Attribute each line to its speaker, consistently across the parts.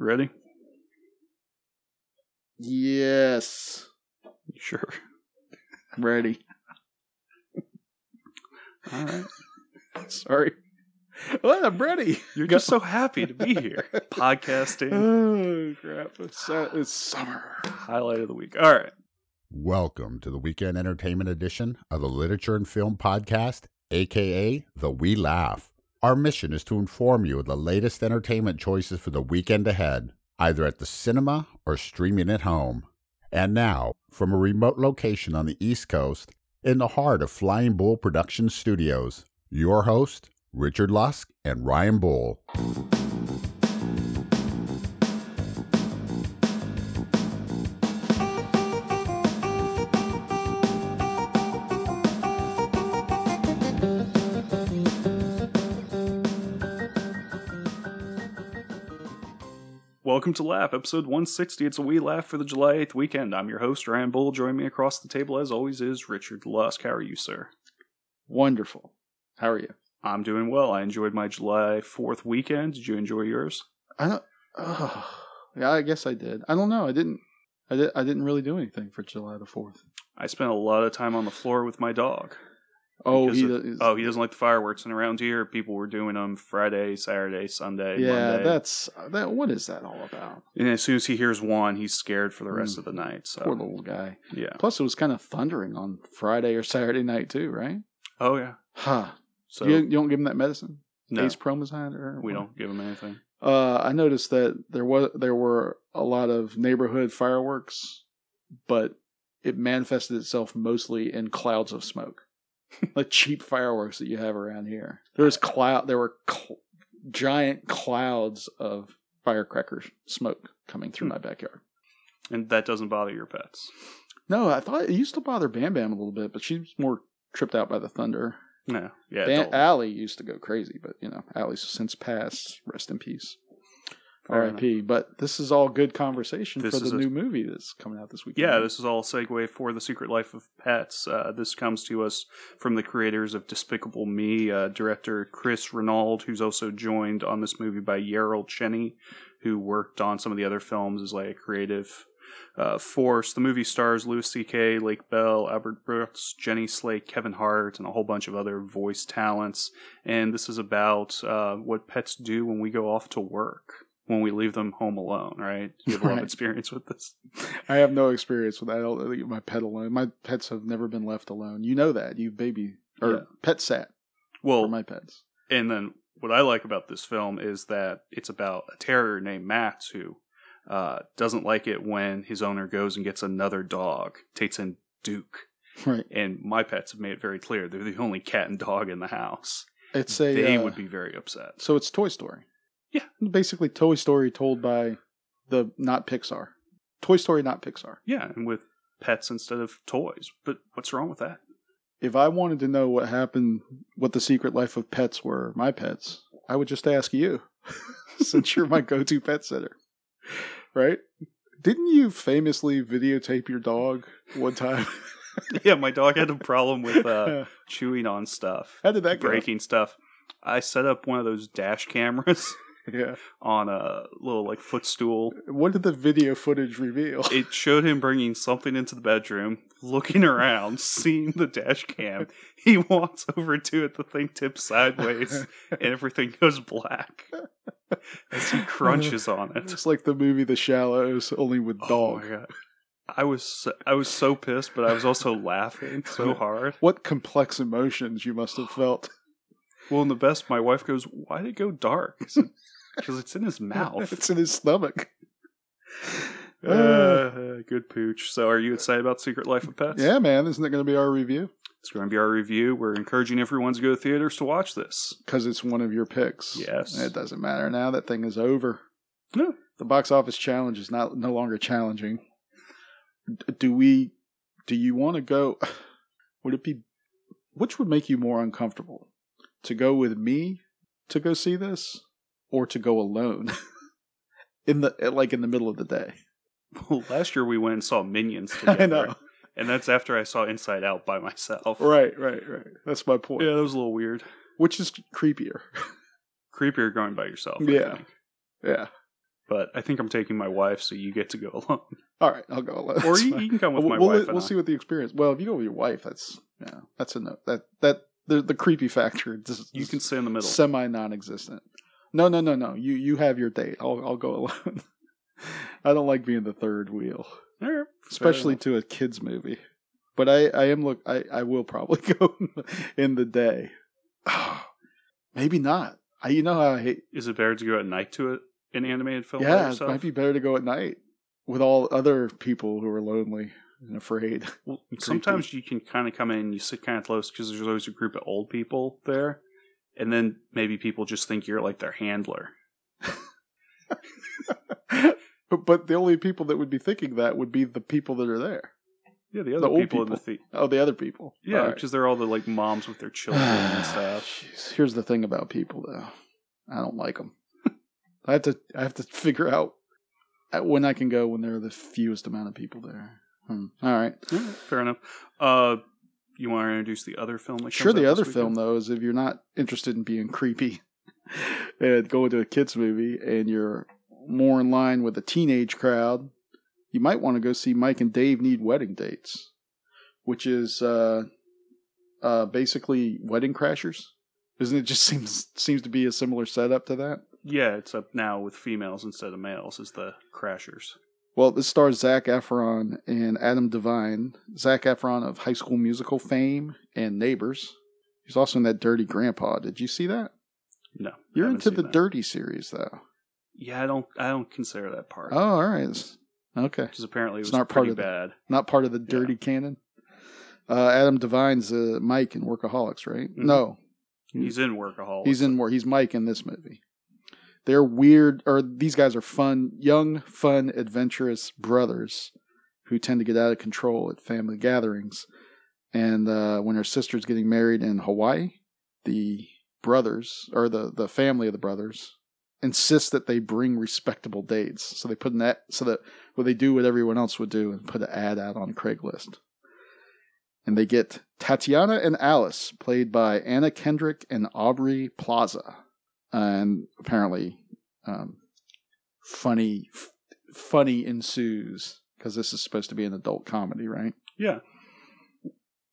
Speaker 1: Ready?
Speaker 2: Yes.
Speaker 1: Sure.
Speaker 2: Ready.
Speaker 1: All right.
Speaker 2: Sorry. Well, I'm ready.
Speaker 1: You're
Speaker 2: Go.
Speaker 1: just so happy to be here. Podcasting,
Speaker 2: Oh crap! It's, su- it's summer.
Speaker 1: highlight of the week. All right.
Speaker 3: Welcome to the weekend entertainment edition of the Literature and Film Podcast, aka The We Laugh. Our mission is to inform you of the latest entertainment choices for the weekend ahead, either at the cinema or streaming at home. And now, from a remote location on the East Coast, in the heart of Flying Bull Production Studios, your host, Richard Lusk and Ryan Bull.
Speaker 1: Welcome to Laugh, episode 160. It's a wee laugh for the July 8th weekend. I'm your host, Ryan Bull. Join me across the table, as always, is Richard Lusk. How are you, sir?
Speaker 2: Wonderful. How are you?
Speaker 1: I'm doing well. I enjoyed my July 4th weekend. Did you enjoy yours?
Speaker 2: I don't. Oh, yeah, I guess I did. I don't know. I didn't. I did. I didn't really do anything for July the Fourth.
Speaker 1: I spent a lot of time on the floor with my dog.
Speaker 2: Oh,
Speaker 1: Because
Speaker 2: he.
Speaker 1: of-
Speaker 2: is-
Speaker 1: oh, he doesn't like the fireworks, and around here, people were doing them Friday, Saturday, Sunday,
Speaker 2: yeah.
Speaker 1: Monday.
Speaker 2: That's that. What is that all about?
Speaker 1: And as soon as he hears one, he's scared for the rest
Speaker 2: Mm.
Speaker 1: of the night. So
Speaker 2: Poor little guy.
Speaker 1: yeah.
Speaker 2: Plus, it was kind of thundering on Friday or Saturday night too, right?
Speaker 1: Oh yeah.
Speaker 2: Huh.
Speaker 1: So
Speaker 2: you, you don't give him that medicine.
Speaker 1: no,
Speaker 2: Ace promazine or
Speaker 1: we don't give him anything.
Speaker 2: Uh, I noticed that there was there were a lot of neighborhood fireworks, but it manifested itself mostly in clouds of smoke, like cheap fireworks that you have around here. There was cloud. There were cl- giant clouds of firecracker smoke coming through
Speaker 1: Hmm.
Speaker 2: my backyard.
Speaker 1: And that doesn't bother your pets.
Speaker 2: No, I thought it used to bother Bam Bam a little bit, but she's more tripped out by the thunder.
Speaker 1: No. Yeah.
Speaker 2: Ban-
Speaker 1: don't.
Speaker 2: Allie used to go crazy, but you know, Allie's since passed. Rest in peace.
Speaker 1: Fair
Speaker 2: R.I.P. But this is all good conversation
Speaker 1: This
Speaker 2: for
Speaker 1: is
Speaker 2: the
Speaker 1: a-
Speaker 2: new movie that's coming out this weekend.
Speaker 1: yeah, this is all a segue for the Secret Life of Pets. Uh, this comes to us from the creators of Despicable Me, uh, director Chris Renaud, who's also joined on this movie by Yarel Cheney, who worked on some of the other films as like a creative uh, force. The movie stars Louis C.K., Lake Bell, Albert Brooks, Jenny Slate, Kevin Hart, and a whole bunch of other voice talents. And this is about uh, what pets do when we go off to work. When we leave them home alone, right? You have a lot of
Speaker 2: Right.
Speaker 1: experience with this.
Speaker 2: I have no experience with that. I don't leave my pet alone. My pets have never been left alone. You know that. You baby or
Speaker 1: Yeah.
Speaker 2: pet sat
Speaker 1: Well,
Speaker 2: for my pets.
Speaker 1: And then what I like about this film is that it's about a terrier named Max who uh, doesn't like it when his owner goes and gets another dog, takes in Duke.
Speaker 2: Right.
Speaker 1: And my pets have made it very clear they're the only cat and dog in the house.
Speaker 2: It's a
Speaker 1: they
Speaker 2: uh,
Speaker 1: would be very upset.
Speaker 2: so it's Toy Story.
Speaker 1: Yeah.
Speaker 2: Basically Toy Story told by the not Pixar. Toy Story not Pixar.
Speaker 1: Yeah, and with pets instead of toys. But what's wrong with that?
Speaker 2: if I wanted to know what happened, what the secret life of pets were, my pets, I would just ask you, since you're my go to pet sitter. Right? Didn't you famously videotape your dog one time?
Speaker 1: yeah, my dog had a problem with uh, chewing on stuff,
Speaker 2: How did that go?
Speaker 1: breaking stuff. I set up one of those dash cameras
Speaker 2: Yeah.
Speaker 1: on a little like footstool
Speaker 2: What did the video footage reveal?
Speaker 1: it showed him bringing something into the bedroom, looking around, seeing the dash cam. He walks over to it, the thing tips sideways, and everything goes black as he crunches on it.
Speaker 2: It's like the movie The Shallows, only with
Speaker 1: Oh
Speaker 2: dog.
Speaker 1: my god! I was so, I was so pissed, but I was also laughing so hard.
Speaker 2: what complex emotions you must have felt.
Speaker 1: Well, and the best, my wife goes, "Why did it go dark?" Because it's in his mouth.
Speaker 2: it's in his stomach.
Speaker 1: Uh, good pooch. So, are you excited about Secret Life of Pets?
Speaker 2: yeah, man. Isn't it going to be our review?
Speaker 1: It's going to be our review. We're encouraging everyone to go to theaters to watch this.
Speaker 2: because it's one of your picks.
Speaker 1: Yes.
Speaker 2: it doesn't matter now. That thing is over.
Speaker 1: No.
Speaker 2: The box office challenge is not no longer challenging. D- Do we? Do you want to go? Would it be? Which would make you more uncomfortable? To go with me to go see this, or to go alone? in the like in the middle of the day.
Speaker 1: Well, last year we went and saw Minions together.
Speaker 2: I know.
Speaker 1: And that's after I saw Inside Out by myself.
Speaker 2: Right, right, right. That's my point.
Speaker 1: Yeah, that was a little weird.
Speaker 2: Which is creepier.
Speaker 1: Creepier going by yourself. I
Speaker 2: Yeah.
Speaker 1: think.
Speaker 2: yeah.
Speaker 1: But I think I'm taking my wife, so you get to go alone.
Speaker 2: All right, I'll go alone.
Speaker 1: or
Speaker 2: That's
Speaker 1: you,
Speaker 2: fine.
Speaker 1: you can come with
Speaker 2: we'll,
Speaker 1: my
Speaker 2: we'll,
Speaker 1: wife. and
Speaker 2: we'll
Speaker 1: I.
Speaker 2: see what the experience. Well, if you go with your wife, that's yeah, that's a no. That that the the creepy factor. Just,
Speaker 1: You can stay in the middle.
Speaker 2: semi non-existent. No, no, no, no. You you have your date. I'll I'll go alone. I don't like being the third wheel,
Speaker 1: All right, fair
Speaker 2: especially
Speaker 1: enough.
Speaker 2: to a kids movie. But I I am look I I will probably go in the day. Maybe not. I you know how I hate.
Speaker 1: is it better to go at night to it an animated film? by
Speaker 2: yeah, it
Speaker 1: yourself?
Speaker 2: might be better to go at night with all other people who are lonely and afraid.
Speaker 1: Well, sometimes you can kind of come in and you sit kind of close because there's always a group of old people there, and then maybe people just think you're like their handler.
Speaker 2: But, but the only people that would be thinking that would be the people that are there.
Speaker 1: Yeah, the
Speaker 2: The
Speaker 1: other
Speaker 2: old
Speaker 1: people, in the
Speaker 2: people.
Speaker 1: theater.
Speaker 2: Oh, the other people.
Speaker 1: Yeah,
Speaker 2: All right.
Speaker 1: because they're all the like moms with their children and stuff.
Speaker 2: Jeez, here's the thing about people, though. I don't like them. I have to. I have to figure out at- when I can go when there are the fewest amount of people there. Hmm. All right.
Speaker 1: All right, fair enough. Uh, you want to introduce the other film? That comes
Speaker 2: Sure.
Speaker 1: out
Speaker 2: The
Speaker 1: this
Speaker 2: other
Speaker 1: weekend?
Speaker 2: film though is if you're not interested in being creepy and going to a kids movie and you're more in line with a teenage crowd, you might want to go see Mike and Dave Need Wedding Dates, which is uh, uh, basically Wedding Crashers. Isn't it? Just seems seems to be a similar setup to that.
Speaker 1: Yeah, it's up now with females instead of males is the Crashers.
Speaker 2: Well, this stars Zach Efron and Adam Devine. Zach Efron of High School Musical fame and Neighbors. He's also in that Dirty Grandpa. Did you see that?
Speaker 1: No, I
Speaker 2: You're
Speaker 1: haven't
Speaker 2: into
Speaker 1: seen
Speaker 2: the
Speaker 1: that.
Speaker 2: Dirty series, though.
Speaker 1: Yeah, I don't. I don't consider that part.
Speaker 2: Oh, all right. It's- Okay,
Speaker 1: because apparently it was
Speaker 2: It's not part
Speaker 1: pretty
Speaker 2: of the-
Speaker 1: bad.
Speaker 2: not part of the Dirty canon. Uh, Adam Devine's uh, Mike in Workaholics, right?
Speaker 1: Mhm.
Speaker 2: No,
Speaker 1: He's in Workaholics.
Speaker 2: Mm. he's in more. He's Mike in this movie. They're weird, or these guys are fun, young, fun, adventurous brothers who tend to get out of control at family gatherings. And uh, when her sister's getting married in Hawaii, the brothers or the the family of the brothers insist that they bring respectable dates. So they put an ad, so that well they do what everyone else would do and put an ad out on Craigslist. And they get Tatiana and Alice, played by Anna Kendrick and Aubrey Plaza, and apparently, um, funny, f- funny ensues because this is supposed to be an adult comedy, right?
Speaker 1: Yeah.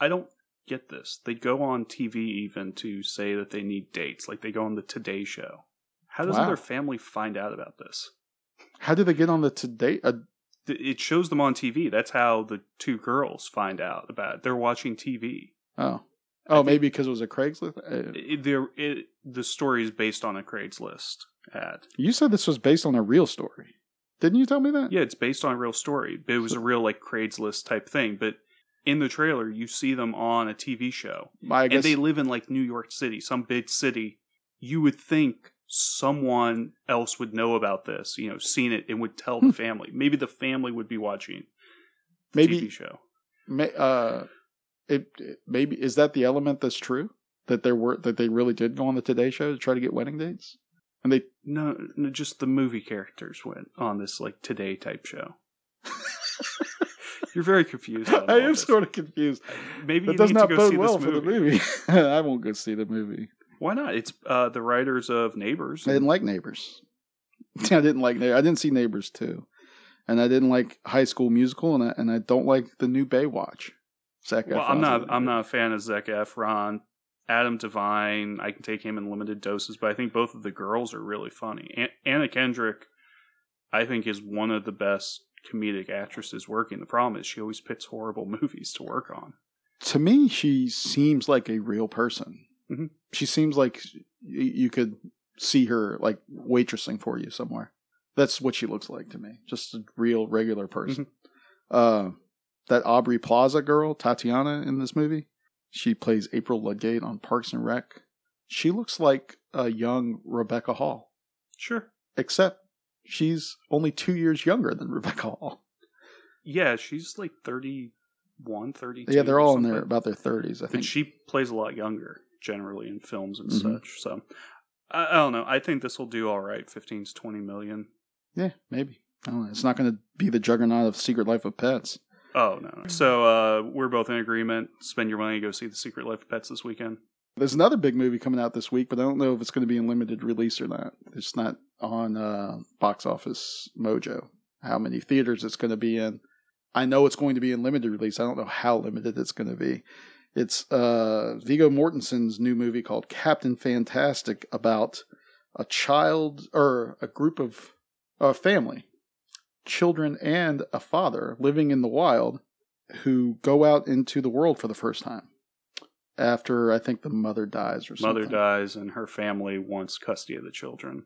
Speaker 1: I don't get this. They go on TV even to say that they need dates. Like they go on the Today Show. How does
Speaker 2: Wow.
Speaker 1: their family find out about this?
Speaker 2: How did they get on the today? Uh,
Speaker 1: Th- It shows them on TV. That's how the two girls find out about it. They're watching TV.
Speaker 2: oh, oh, maybe because it was a Craigslist. Uh,
Speaker 1: It, they're- it, the story is based on a Craigslist ad.
Speaker 2: you said this was based on a real story, didn't you? Tell me that.
Speaker 1: Yeah, it's based on a real story. But it was a real like Craigslist type thing. But in the trailer, you see them on a TV show.
Speaker 2: I guess
Speaker 1: and they live in like New York City, some big city, you would think someone else would know about this, you know, seen it and would tell
Speaker 2: Hmm.
Speaker 1: the family. Maybe the family would be watching the
Speaker 2: maybe
Speaker 1: TV show.
Speaker 2: may, uh, it, it- maybe is that the element that's true that there were that they really did go on the Today Show to try to get wedding dates, and they
Speaker 1: No, no, just the movie characters went on this like today type show. You're very confused. on
Speaker 2: I
Speaker 1: all
Speaker 2: am
Speaker 1: this.
Speaker 2: sort of confused.
Speaker 1: Maybe
Speaker 2: That
Speaker 1: you
Speaker 2: does
Speaker 1: need
Speaker 2: not
Speaker 1: to go
Speaker 2: bode
Speaker 1: see
Speaker 2: well
Speaker 1: this
Speaker 2: for
Speaker 1: movie.
Speaker 2: the movie. I won't go see the movie.
Speaker 1: Why not? It's uh, the writers of Neighbors.
Speaker 2: I didn't like Neighbors. I didn't like. Neigh- I didn't see Neighbors too, and I didn't like High School Musical, and I and I don't like the new Baywatch. Zach
Speaker 1: well,
Speaker 2: Efron's
Speaker 1: I'm
Speaker 2: in
Speaker 1: not.
Speaker 2: it.
Speaker 1: I'm not a fan of Zac Efron. Adam Devine, I can take him in limited doses, but I think both of the girls are really funny. An- Anna Kendrick, I think, is one of the best comedic actresses working. The problem is she always picks horrible movies to work on.
Speaker 2: to me, she seems like a real person.
Speaker 1: Mhm.
Speaker 2: She seems like y- you could see her like waitressing for you somewhere. That's what she looks like to me. Just a real, regular person. Uh, that Aubrey Plaza girl, Tatiana, in this movie, she plays April Ludgate on Parks and Rec. She looks like a young Rebecca Hall,
Speaker 1: Sure.
Speaker 2: except she's only two years younger than Rebecca Hall.
Speaker 1: Yeah, she's like 31, 32.
Speaker 2: Yeah, they're all
Speaker 1: or
Speaker 2: in there
Speaker 1: something.
Speaker 2: about their thirties, I
Speaker 1: But
Speaker 2: think.
Speaker 1: she plays a lot younger generally in films and
Speaker 2: Mhm.
Speaker 1: such. So I, I don't know. I think this will do all right 15 to 20 million.
Speaker 2: Yeah, maybe. I don't know. It's not going to be the juggernaut of Secret Life of Pets. Mm-hmm.
Speaker 1: Oh no! no. So uh, we're both in agreement. Spend your money, go see the Secret Life of Pets this weekend.
Speaker 2: There's another big movie coming out this week, but I don't know if it's going to be in limited release or not. It's not on uh, Box Office Mojo. How many theaters it's going to be in? I know it's going to be in limited release. I don't know how limited it's going to be. It's uh, Vigo Mortensen's new movie called Captain Fantastic about a child or a group of a family, children and a father living in the wild who go out into the world for the first time after I think the mother dies or something.
Speaker 1: Mother dies, and her family wants custody of the children.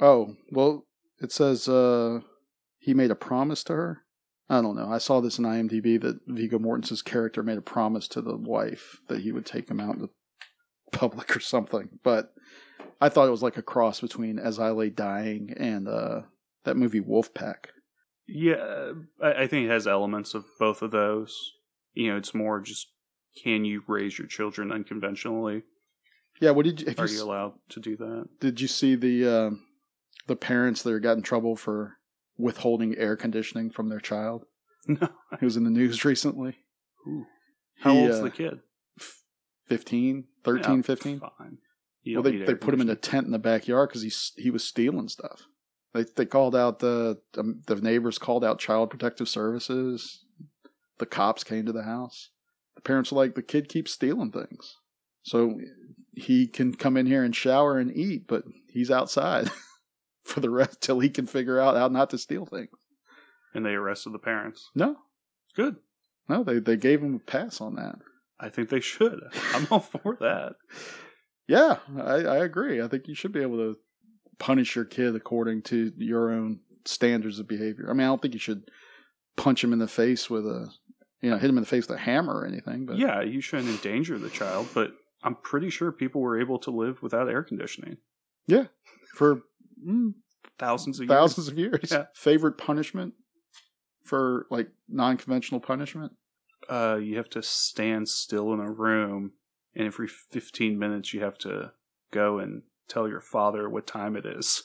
Speaker 2: Oh, well, it says uh, he made a promise to her. I don't know. I saw this in IMDb that Vigo Mortensen's character made a promise to the wife that he would take him out in the public or something. But I thought it was like a cross between As I Lay Dying and uh, that movie Wolfpack.
Speaker 1: Yeah, I, I think it has elements of both of those. You know, it's more just can you raise your children unconventionally?
Speaker 2: Yeah, what did you, if
Speaker 1: Are
Speaker 2: you,
Speaker 1: you allowed to do that?
Speaker 2: did you see the um the parents that got in trouble for withholding air conditioning from their child?
Speaker 1: No.
Speaker 2: It was in the news recently.
Speaker 1: Ooh. How
Speaker 2: He,
Speaker 1: old's
Speaker 2: uh,
Speaker 1: the kid?
Speaker 2: 15, 13,
Speaker 1: Yeah,
Speaker 2: 15?
Speaker 1: Fine.
Speaker 2: Well, they, they put him in a tent in the backyard because he he was stealing stuff. They they called out the um, the neighbors called out child protective services. The cops came to the house. The parents were like, the kid keeps stealing things, so he can come in here and shower and eat, but he's outside for the rest till he can figure out how not to steal things.
Speaker 1: and they arrested the parents.
Speaker 2: No,
Speaker 1: Good.
Speaker 2: no, they they gave him a pass on that.
Speaker 1: I think they should. I'm all for that.
Speaker 2: Yeah, I, I agree. I think you should be able to punish your kid according to your own standards of behavior. I mean, I don't think you should punch him in the face with a, you know, hit him in the face with a hammer or anything. But
Speaker 1: Yeah, you shouldn't endanger the child, but I'm pretty sure people were able to live without air conditioning.
Speaker 2: for mm,
Speaker 1: Thousands of
Speaker 2: thousands of years,
Speaker 1: Yeah.
Speaker 2: favorite punishment for like non-conventional punishment.
Speaker 1: years. Uh, you have to stand still in a room, and every 15 minutes you have to go and tell your father what time it is.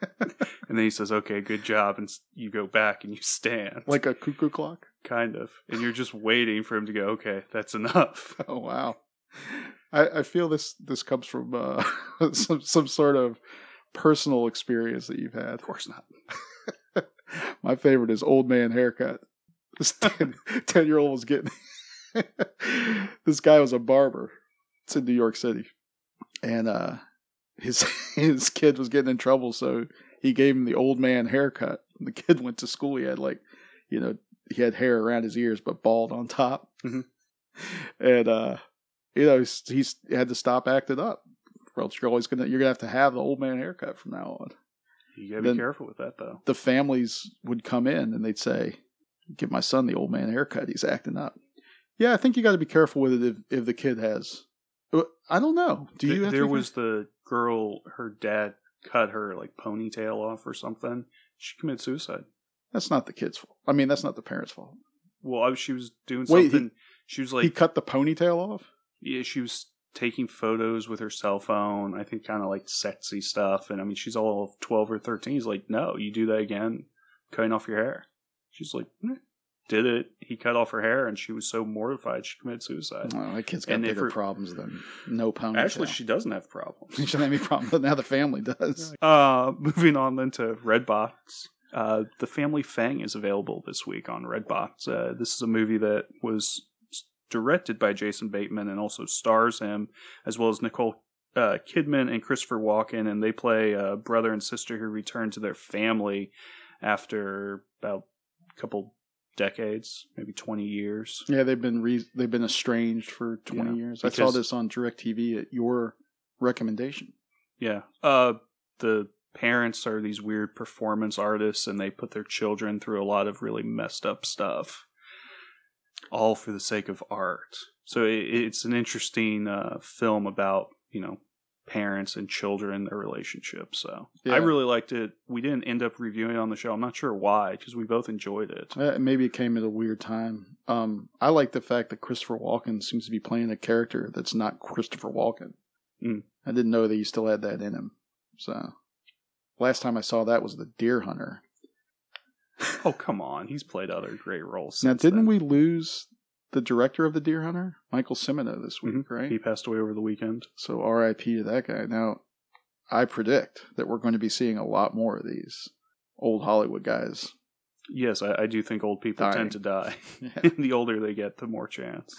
Speaker 1: and then he says, okay, good job. And s- you go back and you stand.
Speaker 2: Like a cuckoo clock.
Speaker 1: kind of. And you're just waiting for him to go, okay, that's enough.
Speaker 2: Oh wow, I, I feel this this comes from uh, some some sort of personal experience that you've had.
Speaker 1: Of course not.
Speaker 2: My favorite is old man haircut. This 10, 10 year old was getting. this guy was a barber. It's in New York City, and uh, his his kid was getting in trouble, so he gave him the old man haircut. The kid went to school. He had like, you know, he had hair around his ears but bald on top,
Speaker 1: Mhm.
Speaker 2: and uh, you know, he's, he's he had to stop acting up. Or else you're always gonna you're gonna have to have the old man haircut from now on
Speaker 1: You gotta be
Speaker 2: Then-
Speaker 1: careful with that, though.
Speaker 2: the families would come in and they'd say, "Give my son the old man haircut. He's acting up." Yeah, I think you got to be careful with it if, if the kid has. Uh, I don't know. Do you?
Speaker 1: Th-
Speaker 2: have to
Speaker 1: there
Speaker 2: be-
Speaker 1: was the girl, her dad cut her like ponytail off or something. She committed suicide.
Speaker 2: That's not the kid's fault. I mean, that's not the parents' fault.
Speaker 1: Well, I, she was doing
Speaker 2: Wait, he-
Speaker 1: something. she was
Speaker 2: he
Speaker 1: like,
Speaker 2: cut the ponytail off.
Speaker 1: yeah, she was taking photos with her cell phone. I think kind of like sexy stuff. And I mean, she's all of twelve or thirteen. He's like, no, you do that again, cutting off your hair. She's like, "Meh." did it? He cut off her hair, and she was so mortified she committed suicide.
Speaker 2: Well, that kid's got
Speaker 1: And if
Speaker 2: bigger
Speaker 1: her-
Speaker 2: problems than no ponytail.
Speaker 1: Actually, she doesn't have problems.
Speaker 2: she doesn't have any problem. But now the family does.
Speaker 1: Uh, moving on then to Redbox. Uh, the Family Fang is available this week on Redbox. Uh, this is a movie that was directed by Jason Bateman and also stars him, as well as Nicole uh, Kidman and Christopher Walken, and they play a brother and sister who return to their family after about a couple decades, maybe twenty years.
Speaker 2: Yeah, they've been re- they've been estranged for twenty
Speaker 1: Yeah,
Speaker 2: years. I saw
Speaker 1: because-
Speaker 2: this on Directv at your recommendation.
Speaker 1: Yeah. Uh, the parents are these weird performance artists, and they put their children through a lot of really messed up stuff, all for the sake of art. So it, it's an interesting uh, film about you know parents and children their relationship. So
Speaker 2: Yeah.
Speaker 1: I really liked it. We didn't end up reviewing it on the show. I'm not sure why because we both enjoyed it.
Speaker 2: Uh, maybe it came at a weird time. Um, I like the fact that Christopher Walken seems to be playing a character that's not Christopher Walken.
Speaker 1: Mm.
Speaker 2: I didn't know that he still had that in him. So, last time I saw that was the Deer Hunter.
Speaker 1: Oh come on, he's played other great roles.
Speaker 2: now,
Speaker 1: since
Speaker 2: didn't
Speaker 1: then.
Speaker 2: we lose the director of the Deer Hunter, Michael Cimino, this week,
Speaker 1: Mhm.
Speaker 2: right?
Speaker 1: He passed away over the weekend.
Speaker 2: So R.I.P. to that guy. Now, I predict that we're going to be seeing a lot more of these old Hollywood guys.
Speaker 1: Yes, I, I do think old people
Speaker 2: Dying.
Speaker 1: tend to die.
Speaker 2: Yeah.
Speaker 1: the older they get, the more chance.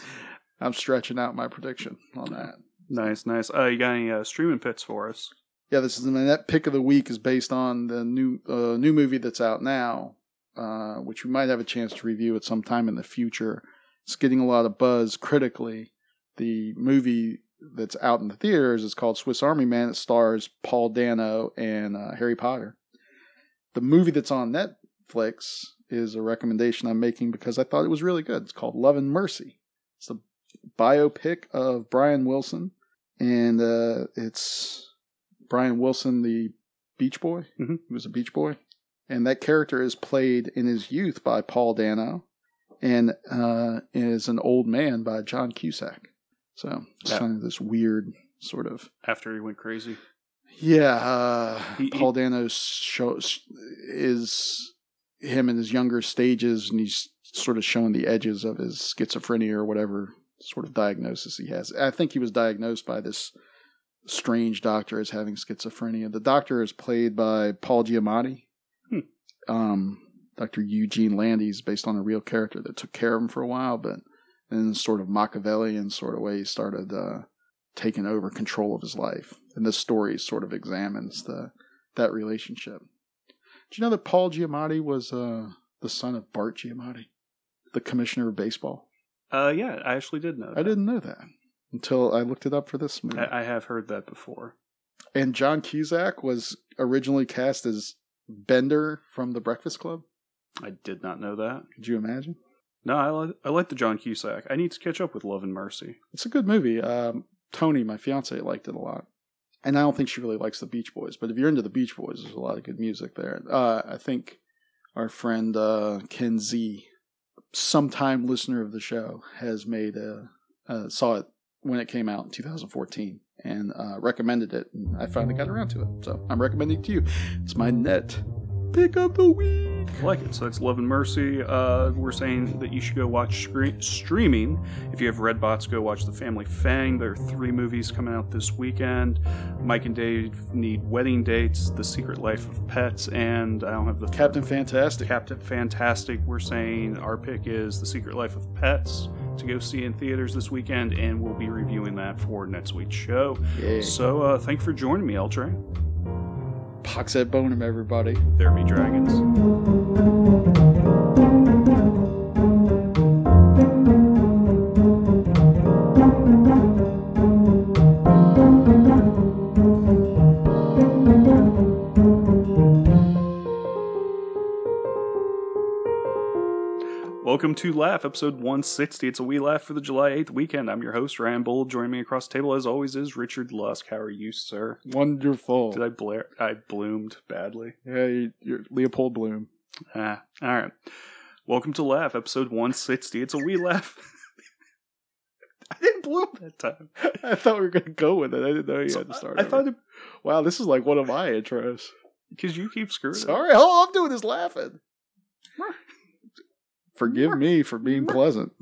Speaker 2: I'm stretching out my prediction on that.
Speaker 1: Nice, nice. Uh, you got any uh, streaming picks for us?
Speaker 2: Yeah, this is and that pick of the week is based on the new uh, new movie that's out now, uh, which we might have a chance to review at some time in the future. It's getting a lot of buzz critically. The movie that's out in the theaters is called Swiss Army Man. It stars Paul Dano and uh, Harry Potter. The movie that's on Netflix is a recommendation I'm making because I thought it was really good. It's called Love and Mercy. It's a biopic of Brian Wilson, and uh, it's Brian Wilson, the Beach Boy.
Speaker 1: Mhm.
Speaker 2: He was a Beach Boy, and that character is played in his youth by Paul Dano, and uh, is an old man by John Cusack. So it's
Speaker 1: Yeah.
Speaker 2: kind of this weird sort of
Speaker 1: After he went crazy,
Speaker 2: yeah, uh,
Speaker 1: He- he-
Speaker 2: Paul Dano shows is him in his younger stages, and he's sort of showing the edges of his schizophrenia or whatever sort of diagnosis he has. I think he was diagnosed by this strange doctor as having schizophrenia. The doctor is played by Paul Giamatti.
Speaker 1: Hmm.
Speaker 2: Um, Dr. Eugene Landy is based on a real character that took care of him for a while, but in a sort of Machiavellian sort of way, he started uh, taking over control of his life. And this story sort of examines the that relationship. Do you know that Paul Giamatti was uh, the son of Bart Giamatti, the commissioner of baseball?
Speaker 1: uh, yeah, I actually did know.
Speaker 2: I
Speaker 1: that.
Speaker 2: didn't know that until I looked it up for this movie.
Speaker 1: I, I have heard that before.
Speaker 2: And John Cusack was originally cast as Bender from The Breakfast Club.
Speaker 1: I did not know that.
Speaker 2: Could you imagine?
Speaker 1: No, I, li- I like the John Cusack. I need to catch up with Love and Mercy.
Speaker 2: It's a good movie. Um, Tony, my fiance, liked it a lot. And I don't think she really likes the Beach Boys, but if you're into the Beach Boys, there's a lot of good music there. Uh, I think our friend uh, Ken Z, sometime listener of the show, has made a uh, saw it when it came out in 2014 and uh, recommended it. And I finally got around to it, so I'm recommending it to you. It's my net pick of the week.
Speaker 1: I like it. So that's Love and Mercy. Uh, we're saying that you should go watch scre- streaming. If you have Redbots, go watch The Family Fang. There are three movies coming out this weekend. Mike and Dave need wedding dates, The Secret Life of Pets, and I don't have the third
Speaker 2: Captain Fantastic.
Speaker 1: Captain Fantastic. We're saying our pick is The Secret Life of Pets to go see in theaters this weekend, and we'll be reviewing that for next week's show.
Speaker 2: Yeah.
Speaker 1: So uh, thank you for joining me, Eltre.
Speaker 2: Pox that bonum, everybody.
Speaker 1: There be dragons. Welcome to Laugh, episode 160. It's a wee laugh for the July 8th weekend. I'm your host, Ryan Bull. Joining me across the table, as always, is Richard Lusk. How are you, sir?
Speaker 2: Wonderful.
Speaker 1: Did I blare? I bloomed badly.
Speaker 2: Yeah, you- you're Leopold Bloom.
Speaker 1: Ah, all right. Welcome to Laugh, episode 160. It's a wee laugh. I didn't bloom that time.
Speaker 2: I thought we were gonna go with it. I didn't know you
Speaker 1: So
Speaker 2: had to start.
Speaker 1: I, I
Speaker 2: over.
Speaker 1: thought it
Speaker 2: wow, this is like one of my intros.
Speaker 1: because you keep screwing it.
Speaker 2: Sorry, oh, all I'm doing is laughing. Forgive me for being pleasant.